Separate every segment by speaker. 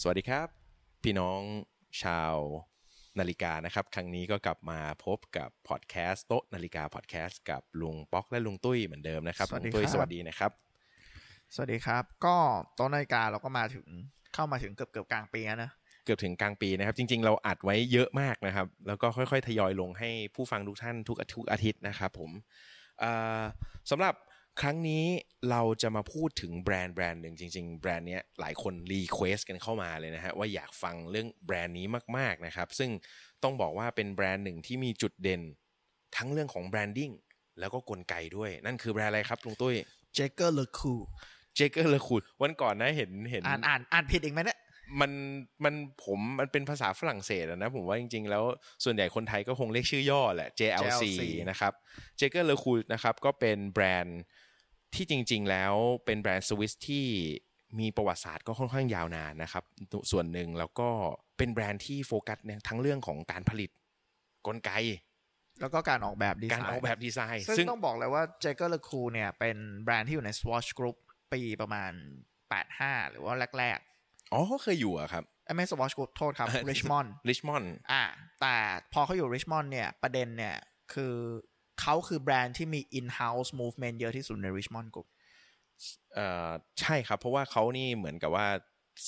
Speaker 1: สวัสดีครับ พี่น้องชาวนาฬิกานะครับ ครั้งนี้ก็กลับมาพบกับพอดแคสต์โต๊ะนาฬิกาพอดแคสต์กับลุงป๊อกและลุงตุ้ยเหมือนเดิมนะครับ
Speaker 2: สวั
Speaker 1: ลุง
Speaker 2: สดี
Speaker 1: ตุ้ย
Speaker 2: ครับ
Speaker 1: สวัสดีนะครับ
Speaker 2: สวัสดีครับ ก็โต้นนาฬิกาเราก็มาถึงเข้ามาถึงเกือบเกือบกลางปีแล้วนะ
Speaker 1: เกือบถึงกลางปีนะครับ จริง ๆ เราอัดไว้เยอะมากนะครับ แล้วก็ค่อยๆ ทยอยลงให้ผู้ฟังทุกท่านทุกอาทุกอาทิตย์นะครับผมเอ่อสำหรับครั้งนี้เราจะมาพูดถึงแบรนด์แบรนด์หนึ่งจริง ๆ แบรนด์เนี้ยหลายคนรีเควสกันเข้ามาเลยนะฮะว่าอยากฟังเรื่องแบรนด์นี้มากๆนะครับ ซึ่งต้องบอกว่าเป็นแบรนด์หนึ่งที่มีจุดเด่น ทั้งเรื่องของแบรนดิ้งแล้วก็กลไกด้วย นั่นคือแบรนด์อะไรครับลุงตุ้ย
Speaker 2: เจเกอร์เลคู
Speaker 1: เจเกอร์เลคูดวันก่อนนะเห็นเห็น
Speaker 2: อ่านอ่านอ่านผิดอีกไหมเนี่ย
Speaker 1: มันมันผมมันเป็นภาษาฝรั่งเศสอะนะ ผมว่าจริง ๆ แล้วส่วนใหญ่คนไทยก็คงเรียกชื่อย่อแหละ JLC
Speaker 2: JLC
Speaker 1: นะครับเจเกอร์เลคูนะครับก็เป็นแบรนด์ที่จริง ๆ แล้วเป็นแบรนด์สวิสที่มีประวัติศาสตร์ก็ค่อนข้างยาวนานนะครับ ส่วนหนึ่งแล้วก็เป็นแบรนด์ที่โฟกัสเนี่ยทั้งเรื่องของการผลิตกลไก
Speaker 2: แล้วก็การออกแบบดีไซน์
Speaker 1: การออกแบบดีไซน์
Speaker 2: ซึ่งต้องบอกเลยว่าเจเกอร์เลคูเนี่ยเป็นแบรนด์ที่อยู่ใน Swatch Group ปีประมาณ 85 หรือว่าแรก
Speaker 1: อ๋อเขาเคยอยู่อะครับ
Speaker 2: ๆเอ้ยไม่ Swatch Group โทษครับ Richmond
Speaker 1: ริชมอนด์
Speaker 2: อ่า แต่พอเขาอยู่ Richmond เนี่ย ประเด็นเนี่ย คือเขาคือแบรนด์ที่มี in-house movement เยอะที่สุดใน Richmond Group
Speaker 1: เอ่อใช่ครับ เพราะว่าเขานี่เหมือนกับว่า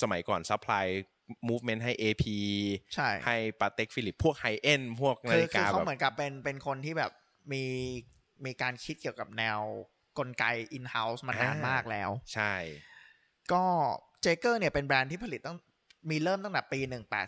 Speaker 1: สมัยก่อนซัพพลายมูฟเมนต์ให้ AP
Speaker 2: ใช่
Speaker 1: ให้ปาเต็กฟิลิปพวกไฮเอ็นพวกนา
Speaker 2: คือ
Speaker 1: ฬิ
Speaker 2: คื
Speaker 1: กา
Speaker 2: อเขาเห
Speaker 1: แบบ
Speaker 2: มือนกับเป็นเป็นคนที่แบบมีมีการคิดเกี่ยวกับแนวกลไก in-house มานานมากแล้ว
Speaker 1: ใช่
Speaker 2: ก็เจเกอร์เนี่ยเป็นแบรนด์ที่ผลิตตั้งมีเริ่มตั้งแต่ปี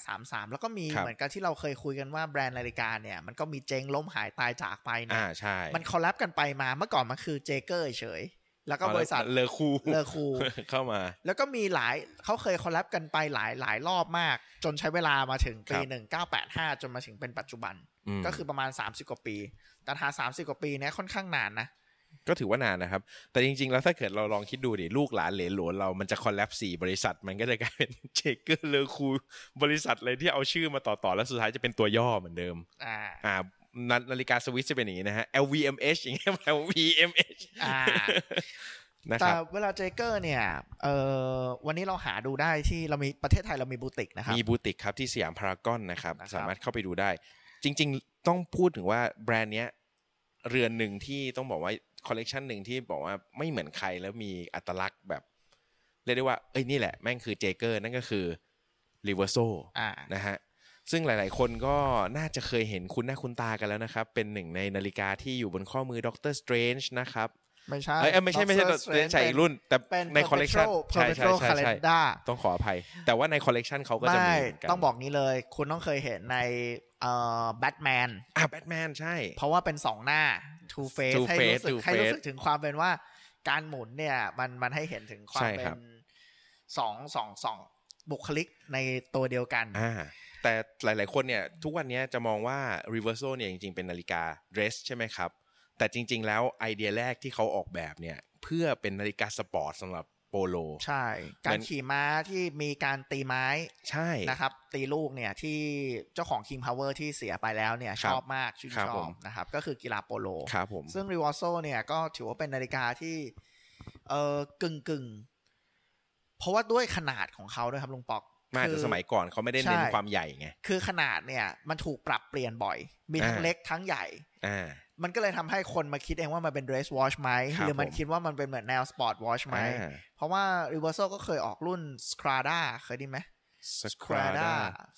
Speaker 2: 1833 แล้วก็มีเหมือนกับที่เราเคยคุยกันว่าแบรนด์นาฬิกาเนี่ย มันก็มีเจ๊งล้มหายตายจากไปเนี่ย
Speaker 1: อ่าใช่
Speaker 2: มันคอลแลบกันไปมาเมื่อก่อนมันคือเจเกอร์เฉย แล้วก็บริษัท
Speaker 1: เลอคู
Speaker 2: เลอคู
Speaker 1: เข้ามา
Speaker 2: แล้วก็มีหลายเขาเคยคอลแลบกันไปหลายหลายรอบมาก จนใช้เวลามาถึงปี
Speaker 1: ครับ
Speaker 2: 1985 จนมาถึงเป็นปัจจุบัน
Speaker 1: ม
Speaker 2: ก็คือประมาณ 30 กว่าปี แต่หา30 กว่าปีเนี่ยค่อนข้างนานนะ
Speaker 1: ก็ถือว่านานนะครับ แต่จริง ๆ แล้วถ้าเกิดเราลองคิดดูดิลูกหลานเหลนหลวนเรามันจะคอลแลบสี่บริษัท มันก็จะกลายเป็น เจเกอร์เลอคูบริษัทเลยที่เอาชื่อมาต่อๆ แล้วสุดท้ายจะเป็นตัวย่อเหมือนเดิม
Speaker 2: อ่า
Speaker 1: อ่านานาฬิกาสวิสจะเป็นอย่างนี้นะฮะ LVMH อย่างเงี้ย LVMH
Speaker 2: อ่า
Speaker 1: นะค
Speaker 2: แต่
Speaker 1: รับ
Speaker 2: เวลาเจเกอร์เนี่ย เออวันนี้เราหาดูได้ที่เรามีประเทศไทยเรามีบูติกนะครับ
Speaker 1: มีบูติกครับที่สยามพารากอนนะครับ
Speaker 2: นะครับ
Speaker 1: สามารถเข้าไปดูได้ จริง ๆ ต้องพูดถึงว่าแบรนด์เนี้ยเรือนหนึ่งที่ต้องบอกว่าคอลเลกชันหนึ่งที่บอกว่าไม่เหมือนใครแล้วมีอัตลักษณ์แบบ เรียกได้ว่า เอ้ยนี่แหละ แม่งคือเจเกอร์นั่นก็คือลิเวอร์โซ
Speaker 2: อ่า
Speaker 1: นะฮะซึ่งหลาย ๆ คนก็น่าจะเคยเห็นคุณหน้าคุณตากันแล้วนะครับ เป็นหนึ่งในนาฬิกาที่อยู่บนข้อมือด็อกเตอร์สเตรนจ์นะครับ
Speaker 2: ไม่ใช่
Speaker 1: เอ้ยเอ้ยไม่ใช่ไม่ใช่ Dr.
Speaker 2: ดร
Speaker 1: Strange ใช่
Speaker 2: เป็
Speaker 1: อีกรุ่น แต่
Speaker 2: เป็น
Speaker 1: ในคอลเลกชัน
Speaker 2: ใช่
Speaker 1: ใช่
Speaker 2: ใช่
Speaker 1: ใช่
Speaker 2: ใช่
Speaker 1: ใช่
Speaker 2: ใช่
Speaker 1: ใช่ต้องขออภัย แต่ว่าในคอลเลกชันเขาก็จะ
Speaker 2: ไม่
Speaker 1: มีเหมือนกัน
Speaker 2: ต้องบอกนี้เลย คุณต้องเคยเห็นในเอ่อแบทแมน
Speaker 1: อ่ะแบทแมนใช่
Speaker 2: เพราะว่าเป็นสองหน้า two face
Speaker 1: Two
Speaker 2: ให้
Speaker 1: Face
Speaker 2: รู้สึก
Speaker 1: Two
Speaker 2: ให้รู้สึก
Speaker 1: Face
Speaker 2: ถึงความเป็นว่าการหมุนเนี่ย มันมันให้เห็นถึงควา
Speaker 1: ใช่
Speaker 2: มเป็
Speaker 1: ครั
Speaker 2: น
Speaker 1: บ
Speaker 2: สองสองสองบุคลิกในตัวเดียวกัน
Speaker 1: อ่าแต่หลาย ๆ คนเนี่ย ทุกวันเนี้ยจะมองว่า r e v e r s o เนี่ยจริง ๆ เป็นนาฬิกา dress ใช่ไหมครับ แต่จริง ๆ แล้วไอเดียแรกที่เขาออกแบบเนี่ย เพื่อเป็นนาฬิกาสปอร์ตสำหรับโปโล
Speaker 2: ใช่ กา
Speaker 1: มั
Speaker 2: ร
Speaker 1: น
Speaker 2: ขี่ม้าที่มีการตีไม้
Speaker 1: ใช่
Speaker 2: นะครับตีลูกเนี่ยที่เจ้าของ King Power ที่เสียไปแล้วเนี่ย
Speaker 1: ค
Speaker 2: ช
Speaker 1: รับ
Speaker 2: อบมากชื่น
Speaker 1: ครับ
Speaker 2: ช
Speaker 1: ผ
Speaker 2: อบ
Speaker 1: ม
Speaker 2: นะครับก็คือกีฬาโปโล
Speaker 1: ครับผม
Speaker 2: ซึ่ง r e w a s o เนี่ยก็ถือว่าเป็นนาฬิกาที่เออกึ่งกึ่งๆ เพราะว่าด้วยขนาดของเขาด้วยครับลุงปอก
Speaker 1: มาแต่สมัยก่อนเขาไม่ได้เน้น
Speaker 2: ใช่
Speaker 1: ความใหญ่ไง
Speaker 2: คือขนาดเนี่ยมันถูกปรับเปลี่ยนบ่อย มีทั้ง
Speaker 1: อ่า
Speaker 2: เล็กทั้งใหญ่
Speaker 1: อ่า
Speaker 2: มันก็เลยทำให้คนมาคิดเองว่ามันเป็น dress watch ไหม
Speaker 1: ครับ
Speaker 2: หรือมั
Speaker 1: ผ
Speaker 2: น
Speaker 1: ม
Speaker 2: คิดว่ามันเป็นเหมือนแนว sport watch ไหม
Speaker 1: อ่า
Speaker 2: เพราะว่า r e w a s o ก็เคยออกรุ่น Scrada เคยได้ยินไหม Scrada
Speaker 1: Squadra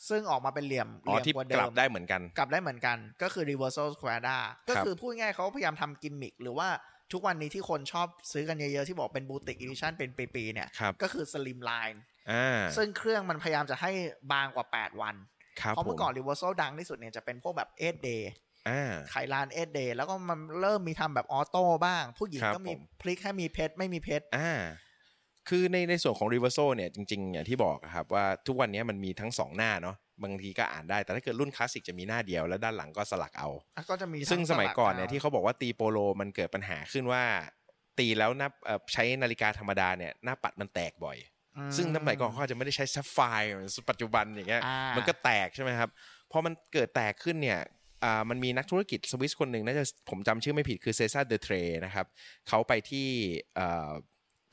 Speaker 2: ซึ่งออกมาเป็นเหลี่ยม
Speaker 1: อ๋อที่
Speaker 2: เหลี่ยมว่าเดิ
Speaker 1: กลับ
Speaker 2: ม
Speaker 1: ได้เหมือนกัน
Speaker 2: กลับได้เหมือนกันก็คือ reversal squada ก็
Speaker 1: ครับ
Speaker 2: คือพูดง่ายๆเขาพยายามทำกิมมิคหรือว่าทุกวันนี้ที่คนชอบซื้อกันเยอะๆ ที่บอกเป็นบูติกอีดิชั n นเป็นปีๆเนี่ย
Speaker 1: ครับ
Speaker 2: ก็คือ slim line
Speaker 1: อ่า
Speaker 2: ซึ่งเครื่องมันพยายามจะให้บางกว่า 8 วัน
Speaker 1: ครับ
Speaker 2: เพ
Speaker 1: ผ
Speaker 2: ราะเมื่
Speaker 1: ม
Speaker 2: อก่อน reversal ดังที่สุดเนี่ยจะเป็นพวกแบบ 8 day
Speaker 1: อ่า
Speaker 2: ไขลาน 8 day แล้วก็มันเริ่มมีทำแบบออโต้บ้าง ผู้หญิง
Speaker 1: ครับ
Speaker 2: ก็มี
Speaker 1: ผม
Speaker 2: พลิกให้มีเพชรไม่มีเพชร
Speaker 1: อ่า คือในในส่วนของ r e v e r s o เนี่ยจริงๆอย่างที่บอกอะครับว่าทุกวันนี้มันมีทั้งสองหน้าเนาะบางทีก็อ่านได้แต่ถ้าเกิดรุ่นคลาสสิกจะมีหน้าเดียวแล้วด้านหลังก็สลักเอา
Speaker 2: แล้วก็จะมี
Speaker 1: ซึ่งสมัยก่อนเนี่ย
Speaker 2: ทั้
Speaker 1: ที่เขาบอกว่าตีโปโลมันเกิดปัญหาขึ้นว่า ตีแล้วนับเอ่อใช้นาฬิกาธรรมดาเนี่ยหน้าปัดมันแตกบ่อย
Speaker 2: อืม
Speaker 1: ซึ่งสมัยก่อนเขาอาจจะไม่ได้ใช้ซัฟไฟร์เหมือนปัจจุบันอย่างเงี้ย
Speaker 2: อ่ามั
Speaker 1: มันก็แตกใช่ไหมครับพอมันเกิดแตกขึ้นเนี่ยอ่ามันมีนักธุรกิจสวิสคนหนึ่งน่าจะผมจำชื่อไม่ผิดคือเซซ่าเดเทรนะครับเขาไปที่เอ่อ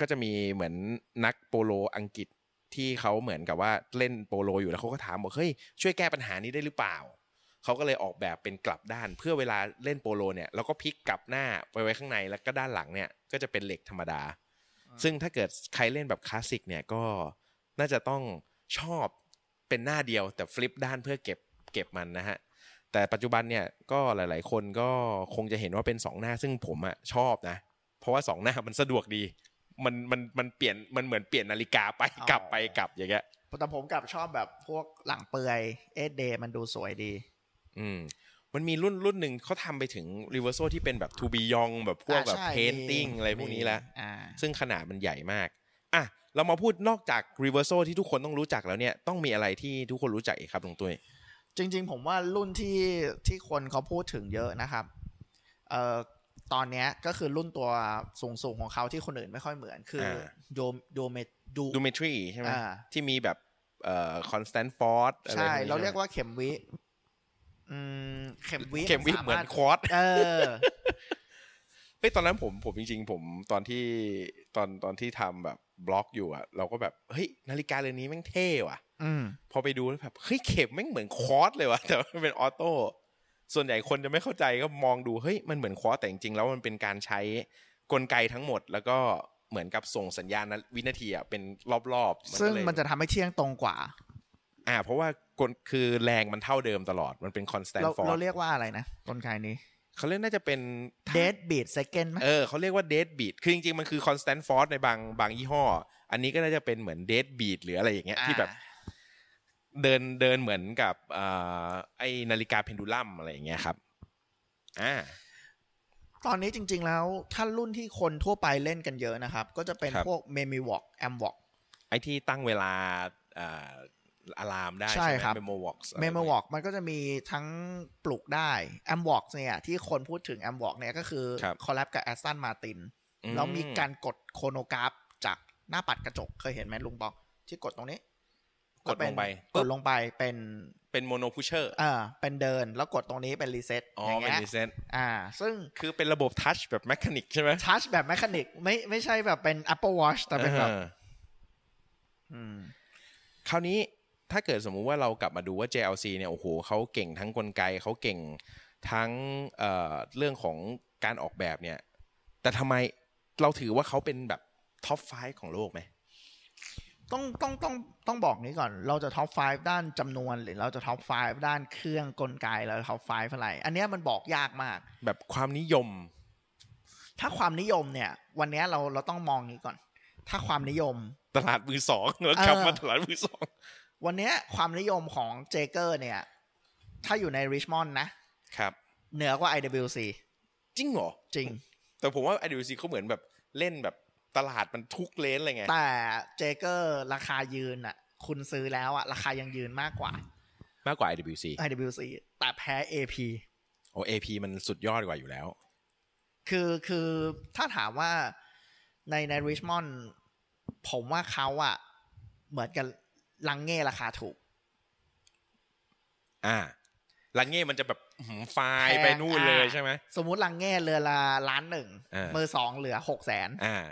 Speaker 1: ก็จะมีเหมือนนักโปโลอังกฤษ ที่เขาเหมือนกับว่าเล่นโปโลอยู่แล้วเขาก็ถามบอกเฮ้ยช่วยแก้ปัญหานี้ได้หรือเปล่า เขาก็เลยออกแบบเป็นกลับด้าน เพื่อเวลาเล่นโปโลเนี่ยแล้วก็พลิกกลับหน้าไปไว้ข้างในแล้วก็ด้านหลังเนี่ยก็จะเป็นเหล็กธรรมดา ซึ่งถ้าเกิดใครเล่นแบบคลาสสิกเนี่ยก็น่าจะต้องชอบเป็นหน้าเดียวแต่ฟลิปด้านเพื่อเก็บเก็บมันนะฮะ แต่ปัจจุบันเนี่ยก็หลาย ๆ คนก็คงจะเห็นว่าเป็นสองหน้าซึ่งผมอะชอบนะ เพราะว่าสองหน้ามันสะดวกดี มันมันมันเปลี่ยนมันเหมือนเปลี่ยนนาฬิกาไป
Speaker 2: อ๋อ
Speaker 1: กลับไปกลับอย่างเงี้ย
Speaker 2: แต่ผมกลับชอบแบบพวกหลังเปลือยเอสเดย์มันดูสวยดี
Speaker 1: อืมมันมีรุ่นรุ่นหนึ่งเขาทำไปถึงรีเวอร์โซที่เป็นแบบทูบียองแบบพวกแบบ
Speaker 2: อ่าใช่
Speaker 1: เพนติ้ง
Speaker 2: มี
Speaker 1: อะไรพวกนี้ละ
Speaker 2: มีอ่า
Speaker 1: ซึ่งขนาดมันใหญ่มาก อ่ะ เรามาพูดนอกจากรีเวอร์โซที่ทุกคนต้องรู้จักแล้วเนี่ย ต้องมีอะไรที่ทุกคนรู้จักอีกครับตรงตุ้ย
Speaker 2: จริง ๆ ผมว่ารุ่นที่ที่คนเขาพูดถึงเยอะนะครับเอ่อตอนเนี้ยก็คือรุ่นตัวสูงสูงๆของเขาที่คนอื่นไม่ค่อยเหมือนคืออา โยมโยเมดู
Speaker 1: ดูเมทรีใช่ไหม
Speaker 2: อ่า
Speaker 1: ที่มีแบบเอ่อคอนสแตนฟอร์ดอะไรพวก
Speaker 2: ใช่
Speaker 1: นี้
Speaker 2: เราเรียก
Speaker 1: ใช่ไหม
Speaker 2: ว่าเข็มวิอืมเข็มวิ
Speaker 1: เข็มวิเหมือน
Speaker 2: สาารถ
Speaker 1: ควอด
Speaker 2: เออ
Speaker 1: เฮ้ยตอนนั้นผมผมจริงๆ ผมตอนที่ตอนตอนที่ทำแบบบล็อกอยู่อ่ะ เราก็แบบเฮ้ยนาฬิกาเรือนนี้แม่งเท่ว่ะ
Speaker 2: อืม
Speaker 1: พอไปดูแล้วแบบเฮ้ยเข็มแม่งเหมือนควอดเลยว่ะ แต่มันเป็นออโต้ส่วนใหญ่คนจะไม่เข้าใจก็มองดูเฮ้ยมันเหมือนควอดแต่จริงๆแล้วมันเป็นการใช้กลไกทั้งหมด แล้วก็เหมือนกับส่งสัญญาณนะวินาทีอ่ะเป็นรอบๆ
Speaker 2: ซึ่ง
Speaker 1: ก็เลย
Speaker 2: มันจะทำให้เที่ยงตรงกว่า
Speaker 1: อ่า เพราะว่ากลคือแรงมันเท่าเดิมตลอดมันเป็นคอนสแตน
Speaker 2: เรา
Speaker 1: ฟอร์
Speaker 2: เรา
Speaker 1: ด
Speaker 2: เรียกว่าอะไรนะกลไกนี้
Speaker 1: เขาเรียกน่าจะเป็น
Speaker 2: dead beat second ไหม
Speaker 1: เออเขาเรียกว่าเดดบีดคือจริงๆ มันคือคอนสแตนฟอร์ e ในบางบางยี่ห้อ อันนี้ก็น่าจะเป็นเหมือนเดดบีดหรืออะไรอย่างเงี้ยที่แบบ
Speaker 2: อ่า
Speaker 1: เดินเดินเหมือนกับอ่าไอนาฬิกาเพนดูลัมอะไรอย่างเงี้ยครับอ่า
Speaker 2: ตอนนี้จริง ๆ แล้วถ้ารุ่นที่คนทั่วไปเล่นกันเยอะนะครับ ก็จะเป็นพวก m e m i w a l k a m w a l k
Speaker 1: ไอที่ตั้งเวลาอ่าอะลามได้ใช่
Speaker 2: ใช่
Speaker 1: ไหม
Speaker 2: ครับ
Speaker 1: เมโมวอล์ก
Speaker 2: m e m i w a l k มันก็จะมีทั้งปลูกได้ a m w a l k เนี่ยที่คนพูดถึง a m w a l k เนี่ยก็คือ
Speaker 1: ครับ
Speaker 2: คอลแลบกับ Aston Martin แล้วมีการกดโครโนกราฟจากหน้าปัดกระจกเคยเห็นไหมลุงบอกที่กดตรงนี้
Speaker 1: กดลงไป
Speaker 2: ก
Speaker 1: ปึ๊
Speaker 2: ด
Speaker 1: บ
Speaker 2: ลงไปเป็น
Speaker 1: เป็นโมโนพุชเชอร์
Speaker 2: เออเป็นเดินแล้วกดตรงนี้เป็นรีเซ็ต
Speaker 1: อ๋อ
Speaker 2: อย่าง
Speaker 1: เป็น
Speaker 2: เงี้ย
Speaker 1: ดีเซน
Speaker 2: อ่า ซึ่ง
Speaker 1: คือเป็นระบบทัชแบบแมชานิกใช่ไหม
Speaker 2: ทัชแบบแมคานิกไม่ไม่ใช่แบบเป็น Apple Watch แต่เป็นแบบ
Speaker 1: ออ
Speaker 2: อืม
Speaker 1: คราวนี้ถ้าเกิดสมมุติว่าเรากลับมาดูว่า JLC เนี่ยโอ้โหเขาเก่งทั้งกลไกเขาเก่งทั้งเอ่อเรื่องของการออกแบบเนี่ย แต่ทำไมเราถือว่าเขาเป็นแบบท็อป 5 ของโลกไหม
Speaker 2: ต้องต้องต้องต้องบอกนี้ก่อน เราจะท็อป 5 ด้านจำนวนหรือเราจะท็อป 5 ด้านเครื่องกลไกเราท็อป 5 อะไร อันเนี้ยมันบอกยากมาก
Speaker 1: แบบความนิยม
Speaker 2: ถ้าความนิยมเนี่ย วันเนี้ยเราเราต้องมองนี้ก่อน ถ้าความนิยม
Speaker 1: ตลาดมือสองแล้วกลับมาตลาดมือสอง
Speaker 2: วันเนี้ยความนิยมของเจเกอร์เนี่ย ถ้าอยู่ในริชมอนด์นะ
Speaker 1: ครับ
Speaker 2: เหนือกว่า IWC
Speaker 1: จริงเหรอ
Speaker 2: จริง
Speaker 1: แต่ผมว่า IWC เขาเหมือนแบบเล่นแบบตลาดมันทุกเลนเลยไง
Speaker 2: แต่เจเกอร์ราคายืนอ่ะ คุณซื้อแล้วอ่ะ ราคายังยืนมากกว่า
Speaker 1: มากกว่า IWC
Speaker 2: IWC แต่แพ้ AP
Speaker 1: โอ้ AP มันสุดยอดกว่าอยู่แล้ว
Speaker 2: คือคือถ้าถามว่าในในริชมอนด์ผมว่าเขาอะเหมือนกับลังเง่ราคาถูก
Speaker 1: อ่าลังเง่มันจะแบบอื้อหือไฟล์ไปนู่นเลยใช่ไหม
Speaker 2: สมมุติลังเง่เรือละล้านหนึ่ง
Speaker 1: เออ
Speaker 2: มือสองเหลือหกแสน
Speaker 1: อ่า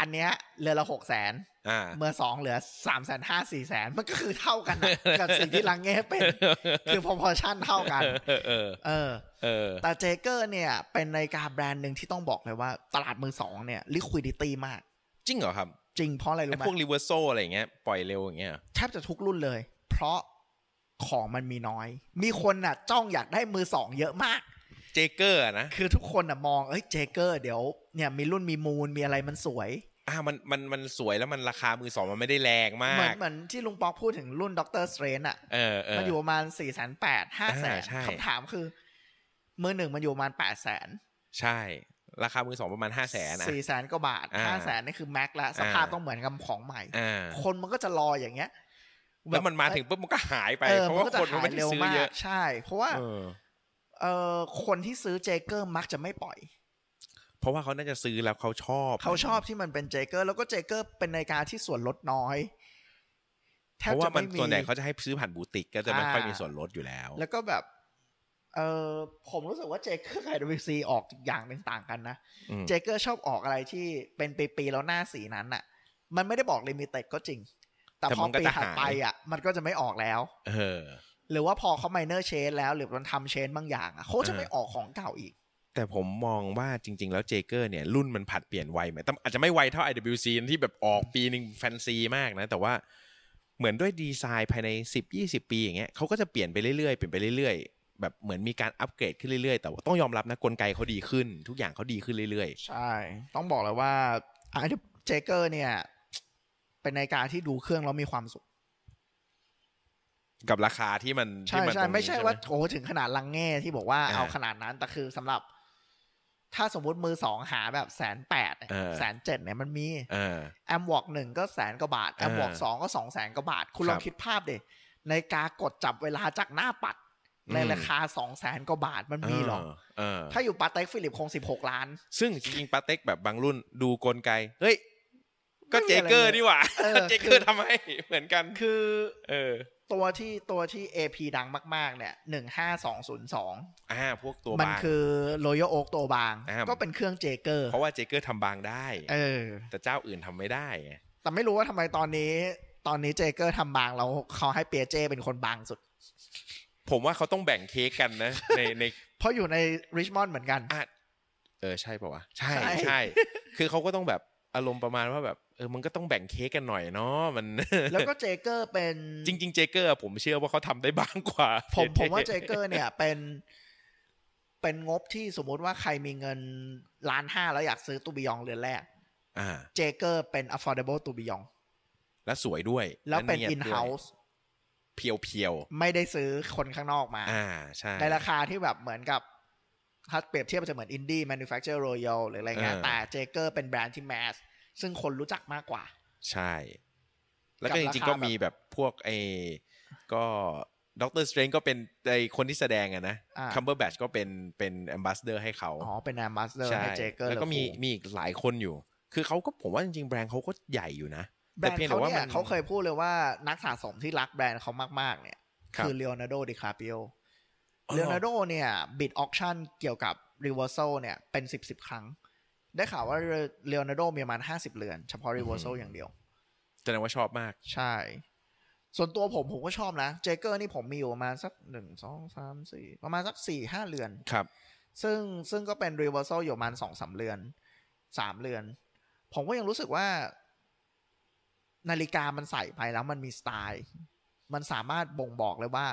Speaker 2: อันเนี้ยเรือละหกแสน
Speaker 1: อ่า
Speaker 2: มือสองเหลือสามแสนห้าสี่แสนมันก็คือเท่า กันอะ กับสิ่งที่ลังเง่เป็น คือ proportion เท่ากัน
Speaker 1: เออเออ
Speaker 2: เออ
Speaker 1: เออ
Speaker 2: แต่เจเกอร์เนี่ย เป็นนาฬิกาแบรนด์หนึ่งที่ต้องบอกเลยว่า ตลาดมือสองเนี่ย liquidity มาก
Speaker 1: จริงเหรอครับ
Speaker 2: จริงเพราะอะไรรู้
Speaker 1: ไอ้
Speaker 2: ไหม
Speaker 1: พวกรีเวอร์โซอะไรอย่างเงี้ยปล่อยเร็วอย่างเงี้ยเหรอ
Speaker 2: แทบจะทุกรุ่นเลย เพราะของมันมีน้อย มีคนน่ะ จ้องอยากได้มือสองเยอะมาก
Speaker 1: เจเกอร์อะนะ
Speaker 2: คือทุกคนน่ะมองเอ้ยเจเกอร์เดี๋ยวเนี่ยมีรุ่นมีมูลมีอะไรมันสวย
Speaker 1: อ่ามันมันมันสวยแล้วมันราคามือสองมันไม่ได้แรงมา
Speaker 2: เหมือน
Speaker 1: ก
Speaker 2: เหมือนที่ลุงป๊อกพูดถึงรุ่นด็อกเตอร์สเตรนอ่ะ
Speaker 1: เออเออ
Speaker 2: มันอยู่ประมาณสี่แสนแปดห้าแสน
Speaker 1: ใช่
Speaker 2: คำถามคือ มือหนึ่งมันอยู่ประมาณแปดแสน
Speaker 1: ใช่ ราคามือสองประมาณห้าแสนอ่ะ
Speaker 2: สี่แสนกว่าบาท
Speaker 1: อ่า
Speaker 2: ห้าแสนนี่คือแม็กซ์ละสภาพ
Speaker 1: อ่า
Speaker 2: ต้องเหมือนกับของใหม่
Speaker 1: อ่า
Speaker 2: คนมันก็จะรออย่างเงี้ย
Speaker 1: แล้วมันมาถึงปุ๊บมันก็หายไป
Speaker 2: ออ
Speaker 1: เพราะว่า
Speaker 2: ก็จ
Speaker 1: คนมันไม่
Speaker 2: หย
Speaker 1: ได้
Speaker 2: เร็ว
Speaker 1: ซื้อ
Speaker 2: มา
Speaker 1: เย
Speaker 2: ก
Speaker 1: อะ
Speaker 2: ใช่ เพราะว่า
Speaker 1: เออ
Speaker 2: เอ่อคนที่ซื้อเจเกอร์มักจะไม่ปล่อย
Speaker 1: เพราะว่าเขาน่าจะซื้อแล้วเขาชอบ
Speaker 2: เขาชอบที่มันเป็นเจเกอร์แล้วก็เจเกอร์เป็นนาฬิกาที่ส่วนลดน้อยแท
Speaker 1: เพ
Speaker 2: บ
Speaker 1: ราะ
Speaker 2: จะ
Speaker 1: ว่ามัน
Speaker 2: ไม่มี
Speaker 1: ส่วนใหญ่เขาจะให้ซื้อผ่านบูติกก็จะไม่
Speaker 2: อ่า
Speaker 1: ค่อยมีส่วนลดอยู่แล้ว
Speaker 2: แล้วก็แบบเออผมรู้สึกว่าเจเกอร์กับ IWC ออกอย่างหนึ่งต่างกันนะ
Speaker 1: อืม
Speaker 2: เจเกอร์ชอบออกอะไรที่เป็นปีๆแล้วหน้าสีนั้นอะมันไม่ได้บอกลิมิเต็ดก็จริง แ แต่
Speaker 1: แต่
Speaker 2: พอ
Speaker 1: มันก็
Speaker 2: ปี
Speaker 1: จะ
Speaker 2: ถัด
Speaker 1: หาย
Speaker 2: ไปอ่ะ มันก็จะไม่ออกแล้ว
Speaker 1: เออ
Speaker 2: หรือว่าพอเขาไมเนอร์เชนแล้วหรือมันทำเชนบางอย่างอ่ะเขาจะไม่ออกของเก่าอีก
Speaker 1: แต่ผมมองว่าจริง ๆ แล้วเจเกอร์เนี่ยรุ่นมันผลัดเปลี่ยนไวไหมแต่อาจจะไม่ไวเท่า IWC ที่แบบออกปีหนึ่งแฟนซีมากนะ แต่ว่าเหมือนด้วยดีไซน์ภายใน 10 20 ปีอย่างเงี้ยเขาก็จะเปลี่ยนไปเรื่อยๆเปลี่ยนไปเรื่อยๆ แบบเหมือนมีการอัปเกรดขึ้นเรื่อยๆ แต่ว่าต้องยอมรับนะกลไกเขาดีขึ้น ทุกอย่างเขาดีขึ้นเรื่อย
Speaker 2: ใช่ ต้องบอกเลยว่าไอ้เจเกอร์เนี่ย เป็นนาฬิกาที่ดูเครื่องแล้วมีความสุข
Speaker 1: ๆ กับราคาที่มัน
Speaker 2: ใช่
Speaker 1: ที่น
Speaker 2: ใช่
Speaker 1: ตรงนี้
Speaker 2: ไม่ใช่
Speaker 1: ห
Speaker 2: ว่าโอ้โหถึงขนาดลังแง่ที่บอกว่า
Speaker 1: อ่า
Speaker 2: เอาขนาดนั้นแต่คือสำหรับ ถ้าสมมติมือสองหาแบบแสนแปด
Speaker 1: เออ
Speaker 2: แสนเจ็ดเนี่ยมันมี
Speaker 1: เออ
Speaker 2: แอมวอกหนึ่งก็แสนกว่าบาทแอมวอก
Speaker 1: อ่า
Speaker 2: สองก็สองแสนกว่าบาท คุณล
Speaker 1: ค
Speaker 2: อง
Speaker 1: รับ
Speaker 2: คิดภาพเด็ในกากดจับเวลาจากหน้าปัด
Speaker 1: อืม
Speaker 2: ในราคาสองแสนกว่าบาทมันมีหรอ
Speaker 1: เออ
Speaker 2: ถ้าอยู่ปาเต็กฟิลิปคงสิบหกล้าน
Speaker 1: ซึ่งจริงๆปาเต็กแบบบางรุ่นดูกลไก เฮ้ย ก็
Speaker 2: ไม่มี
Speaker 1: เจ
Speaker 2: อะไร
Speaker 1: เกอร์
Speaker 2: เลย
Speaker 1: นี่หว่า
Speaker 2: เออ
Speaker 1: เจเกอร์ทำให้เหมือนกัน
Speaker 2: คือ
Speaker 1: เออ
Speaker 2: ตัวที่ตัวที่ AP ดังมาก ๆ เนี่ยหนึ่งห้าสองศูนย์สอง
Speaker 1: อ่า พวกตัว
Speaker 2: มัน
Speaker 1: บาง
Speaker 2: คือโรย a l โอ๊กตัวบาง
Speaker 1: อ่า
Speaker 2: ก็เป็นเครื่องเจเกอร์
Speaker 1: เพราะว่าเจเกอร์ทำบางได้
Speaker 2: เออ
Speaker 1: แต่เจ้าอื่นทำไม่ได้ไง
Speaker 2: แต่ไม่รู้ว่าทำไมตอนนี้ ตอนนี้เจเกอร์ทำบางแล้วเขาให้เปียเจเป็นคนบางสุด
Speaker 1: ผมว่าเขาต้องแบ่งเค้กกันนะ ในใน
Speaker 2: เพราะอยู่ในริชมอนด์เหมือนกัน
Speaker 1: อ่ะเออ ใช่ปะวะ ใช่
Speaker 2: ใช่
Speaker 1: ใช่ คือเขาก็ต้องแบบอารมณ์ประมาณว่าแบบ เออมันก็ต้องแบ่งเค้กกันหน่อยเนาะมัน
Speaker 2: แล้วก็เจเกอร์เป็น
Speaker 1: จริง ๆ เจเกอร์ผมเชื่อว่าเขาทำได้บ้างกว่า
Speaker 2: ผมผม ว่าเจเกอร์เนี่ยเป็นเป็นงบที่สมมติว่าใครมีเงินล้านห้าแล้วอยากซื้อตูบิยองเรือนแรก
Speaker 1: อ่า
Speaker 2: เจเกอร์เป็น affordable ตูบิยอง
Speaker 1: และสวยด้วย
Speaker 2: แล้วเป็น
Speaker 1: ยบด้วย
Speaker 2: in-house
Speaker 1: เพียว
Speaker 2: ไม่ได้ซื้อคนข้างนอกมา
Speaker 1: ๆอ่าใช่
Speaker 2: ในราคาที่แบบเหมือนกับถ้าเปรียบเทียบมันจะเหมือนอินดี้แมนูแฟคเจอร์รอยัลหรืออะไรเงี้ย
Speaker 1: เออ
Speaker 2: แต่เจเกอร์เป็นแบรนด์ที่แมสซึ่งคนรู้จักมากกว่า
Speaker 1: ใช่ แล้วก็จริงๆ
Speaker 2: กับราคา
Speaker 1: ก็มีแบบพวกไอ้ก็ด็อกเตอร์สเตรนก็เป็นไอ้คนที่แสดงอะนะ
Speaker 2: อ่า
Speaker 1: คัมเบอร์แบชก็เป็นเป็นแอมบาสเดอร์ให้เขา
Speaker 2: อ๋อ เป็นแอมบาสเดอร์
Speaker 1: ใช่
Speaker 2: ให้เจเกอร์
Speaker 1: แล้วก็มี
Speaker 2: เย
Speaker 1: มีอีกหลายคนอยู่ คือเขาก็ผมว่าจริงๆ แบรนด์เขาก็ใหญ่อยู่นะ
Speaker 2: แบร
Speaker 1: แต่
Speaker 2: นด์
Speaker 1: เพียงแต่
Speaker 2: เขา
Speaker 1: ว่า
Speaker 2: เนี่
Speaker 1: มั
Speaker 2: ย
Speaker 1: น
Speaker 2: เขาเคยพูดเลยว่านักสะสมที่รักแบรนด์เขามาก ๆ เนี่ย
Speaker 1: ครับ
Speaker 2: คือเลโอนาร์โดดิคาปิโอ
Speaker 1: อ๋อ
Speaker 2: เลโอนาร์โดเนี่ยบิดออ t ชั่นเกี่ยวกับรีเวอร์โซเนี่ยเป็นสิบสิบครั้ง ได้ข่าวว่าเลโอนาร์โดมีประมาณห้าสิบเรือนเฉพาะรีเวอร์โซอย่างเดียว
Speaker 1: แสดงว่าชอบมาก
Speaker 2: ใช่ ส่วนตัวผมผมก็ชอบนะ เจเกอร์นี่ผมมีอยู่ประมาณสักหนึ่งสองสามสี่ประมาณสักสี่ห้าเรือน
Speaker 1: ครับ
Speaker 2: ซึ่งซึ่งก็เป็นรีเวอร์ซ l อยู่ประมาณสองสามเรือนสามเรือน ผมก็ยังรู้สึกว่า นาฬิกามันใส่ไปแล้วมันมีสไตล์ มันสามารถบ่งบอกเลยว่า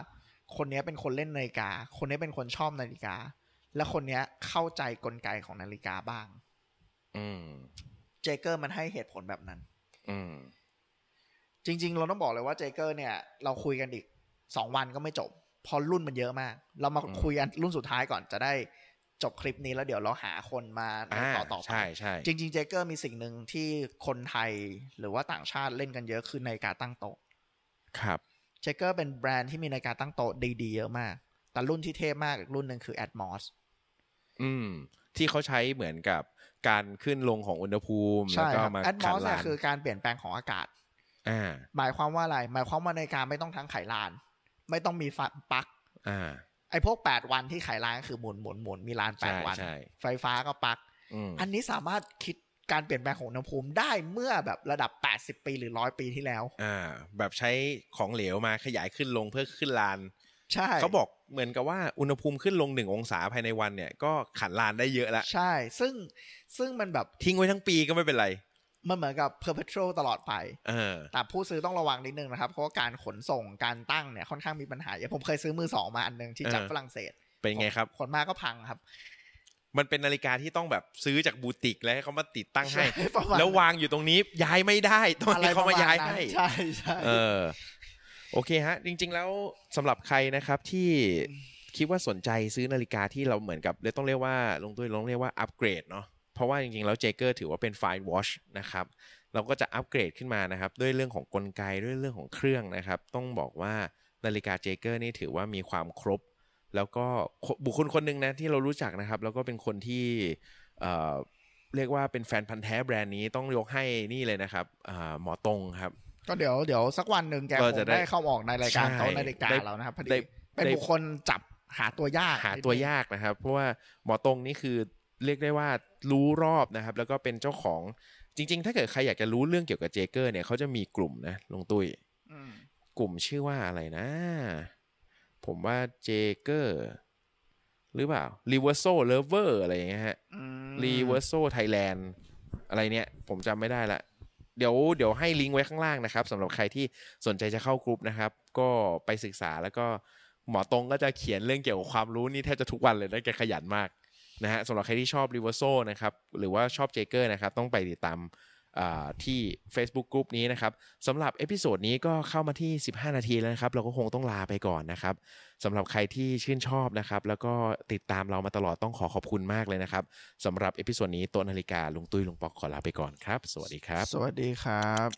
Speaker 2: คนเนี้ยเป็นคนเล่นนาฬิกา คนเนี้ยเป็นคนชอบนาฬิกา และคนเนี้ยเข้าใจกลไกของนาฬิกาบ้าง
Speaker 1: อืม
Speaker 2: เจเกอร์มันให้เหตุผลแบบนั้น
Speaker 1: อืม
Speaker 2: จริง ๆ เราต้องบอกเลยว่าเจเกอร์เนี่ย เราคุยกันอีกสองวันก็ไม่จบเพอรุ่นมันเยอะมาก เรามา
Speaker 1: อืม
Speaker 2: คุยอันรุ่นสุดท้ายก่อนจะได้จบคลิปนี้แล้วเดี๋ยวเราหาคนมา
Speaker 1: อ่า
Speaker 2: ต่อต่อๆไป
Speaker 1: ใช่ใช่
Speaker 2: จริงๆ เจเกอร์มีสิ่งหนึ่งที่คนไทยหรือว่าต่างชาติเล่นกันเยอะคือนาฬิกาตั้งโต๊ะ
Speaker 1: ครับ
Speaker 2: เจเกอร์เป็นแบรนด์ที่มีนาฬิกาตั้งโต๊ะดีๆ เยอะมาก แต่รุ่นที่เท่มากอีกรุ่นหนึ่งคือ Atmos
Speaker 1: อืม ที่เขาใช้เหมือนกับการขึ้นลงของอุณหภูมิแล้ว
Speaker 2: ใช่
Speaker 1: ก็
Speaker 2: ครับ
Speaker 1: มาขัด
Speaker 2: Atmos
Speaker 1: ลา
Speaker 2: เนี่ย
Speaker 1: น
Speaker 2: คือการเปลี่ยนแปลงของอากาศ
Speaker 1: อ่า
Speaker 2: หมายความว่าอะไร หมายความว่านาฬิกาไม่ต้องทั้งไขลาน ไม่ต้องมีฟันปลั๊ก
Speaker 1: อ่า
Speaker 2: ไอ้พวก 8 วันที่ขายร้านก็คือหมุนหมุนหมุนมีร้าน
Speaker 1: ใช่
Speaker 2: 8 วัน
Speaker 1: ใช่
Speaker 2: ไฟฟ้าก็ปลัก
Speaker 1: อืม
Speaker 2: อันนี้สามารถคิดการเปลี่ยนแปลงของอุณหภูมิได้เมื่อแบบระดับ 80 ปีหรือ 100 ปีที่แล้ว
Speaker 1: อ่า แบบใช้ของเหลวมาขยายขึ้นลงเพื่อขึ้นลาน
Speaker 2: ใช่
Speaker 1: เขาบอกเหมือนกับว่าอุณหภูมิขึ้นลงหนึ่งองศาภายในวันเนี่ย ก็ขันลานได้เยอะละ
Speaker 2: ใช่ ซึ่งซึ่งมันแบบ
Speaker 1: ทิ้งไว้ทั้งปีก็ไม่เป็นไร
Speaker 2: มันเหมือนกับ perpetual ตลอดไป
Speaker 1: เออ
Speaker 2: แต่ผู้ซื้อต้องระวังนิดนึงนะครับ เพราะว่าการขนส่งการตั้งเนี่ยค่อนข้างมีปัญหาอย่างผมเคยซื้อมือสองมาอันหนึงที่จาก
Speaker 1: เออ
Speaker 2: ฝรั่งเศส
Speaker 1: เป็นไงครับ
Speaker 2: ขนมาก็พังครับ
Speaker 1: มันเป็นนาฬิกาที่ต้องแบบซื้อจากบูติกแล้วให้เขามาติดตั้งให้
Speaker 2: ใช่ประมาณ
Speaker 1: แล้ววางอยู่ตรงนี้ย้ายไม่ได้ต้องให้เขามาย้ายให้
Speaker 2: ใช่ใช่
Speaker 1: เออ โอเคฮะ จริง ๆ แล้วสำหรับใครนะครับที่คิดว่าสนใจซื้อนาฬิกาที่เราเหมือนกับเลยต้องเรียกว่าลงตัวลงเรียกว่าอัปเกรดเนาะเพราะว่าจริง ๆ แล้วเจเกอร์ถือว่าเป็นไฟล์วอชนะครับ เราก็จะอัปเกรดขึ้นมานะครับ ด้วยเรื่องของกลไกด้วยเรื่องของเครื่องนะครับ ต้องบอกว่านาฬิกาเจเกอร์นี่ถือว่ามีความครบ แล้วก็บุคคลคนหนึ่งนะที่เรารู้จักนะครับ แล้วก็เป็นคนที่เอ่อเรียกว่าเป็นแฟนพันธ์แท้แบรนด์นี้ต้องยกให้นี่เลยนะครับอ่าหมอตรงครับ
Speaker 2: ก็เดี๋ยวเดี๋ยวสักวันหนึ่งแก
Speaker 1: ก็
Speaker 2: คง
Speaker 1: จะได้
Speaker 2: ได้เข้าออกในรายการ
Speaker 1: ใช่
Speaker 2: โต๊ะนาฬิกา
Speaker 1: ได้
Speaker 2: เรานะครับพอดี
Speaker 1: ได้
Speaker 2: เป็น
Speaker 1: ได้
Speaker 2: บุคคลจับหาตัวยาก
Speaker 1: หาตัวยากนะครับ เพราะว่าหมอตรงนี่คือเรียกได้ว่ารู้รอบนะครับ แล้วก็เป็นเจ้าของ จริง ๆ ถ้าเกิดใครอยากจะรู้เรื่องเกี่ยวกับเจเกอร์เนี่ยเขาจะมีกลุ่มนะลงตุ้ย
Speaker 2: อืม
Speaker 1: กลุ่มชื่อว่าอะไรนะ ผมว่าเจเกอร์หรือเปล่า r e v e r s o Lover อะไรอย่างเงี้ยฮะ
Speaker 2: อืม
Speaker 1: r e v e r s o Thailand อะไรเนี่ย ผมจำไม่ได้ละ เดี๋ยวเดี๋ยวให้ลิงก์ไว้ข้างล่างนะครับสำหรับใครที่สนใจจะเข้ากรุ๊ปนะครับ ก็ไปศึกษาแล้วก็หมอตรงก็จะเขียนเรื่องเกี่ยวกับความรู้นี่แทบจะทุกวันเลยนะแกขยันมากนะฮะสำหรับใครที่ชอบ r e v e r s o นะครับ หรือว่าชอบเจเกอร์นะครับ ต้องไปติดตาม อ่าที่ Facebook กลุ่มนี้นะครับสำหรับเอพิโซดนี้ก็เข้ามาที่ 15 นาทีแล้วนะครับ เราก็คงต้องลาไปก่อนนะครับสำหรับใครที่ชื่นชอบนะครับ แล้วก็ติดตามเรามาตลอดต้องขอขอบคุณมากเลยนะครับสำหรับเอพิโซดนี้โต๊ะนาฬิกาลุงตุ้ยลุงปอกขอลาไปก่อนครับ สวัสดีครับ
Speaker 2: สวัสดีครับ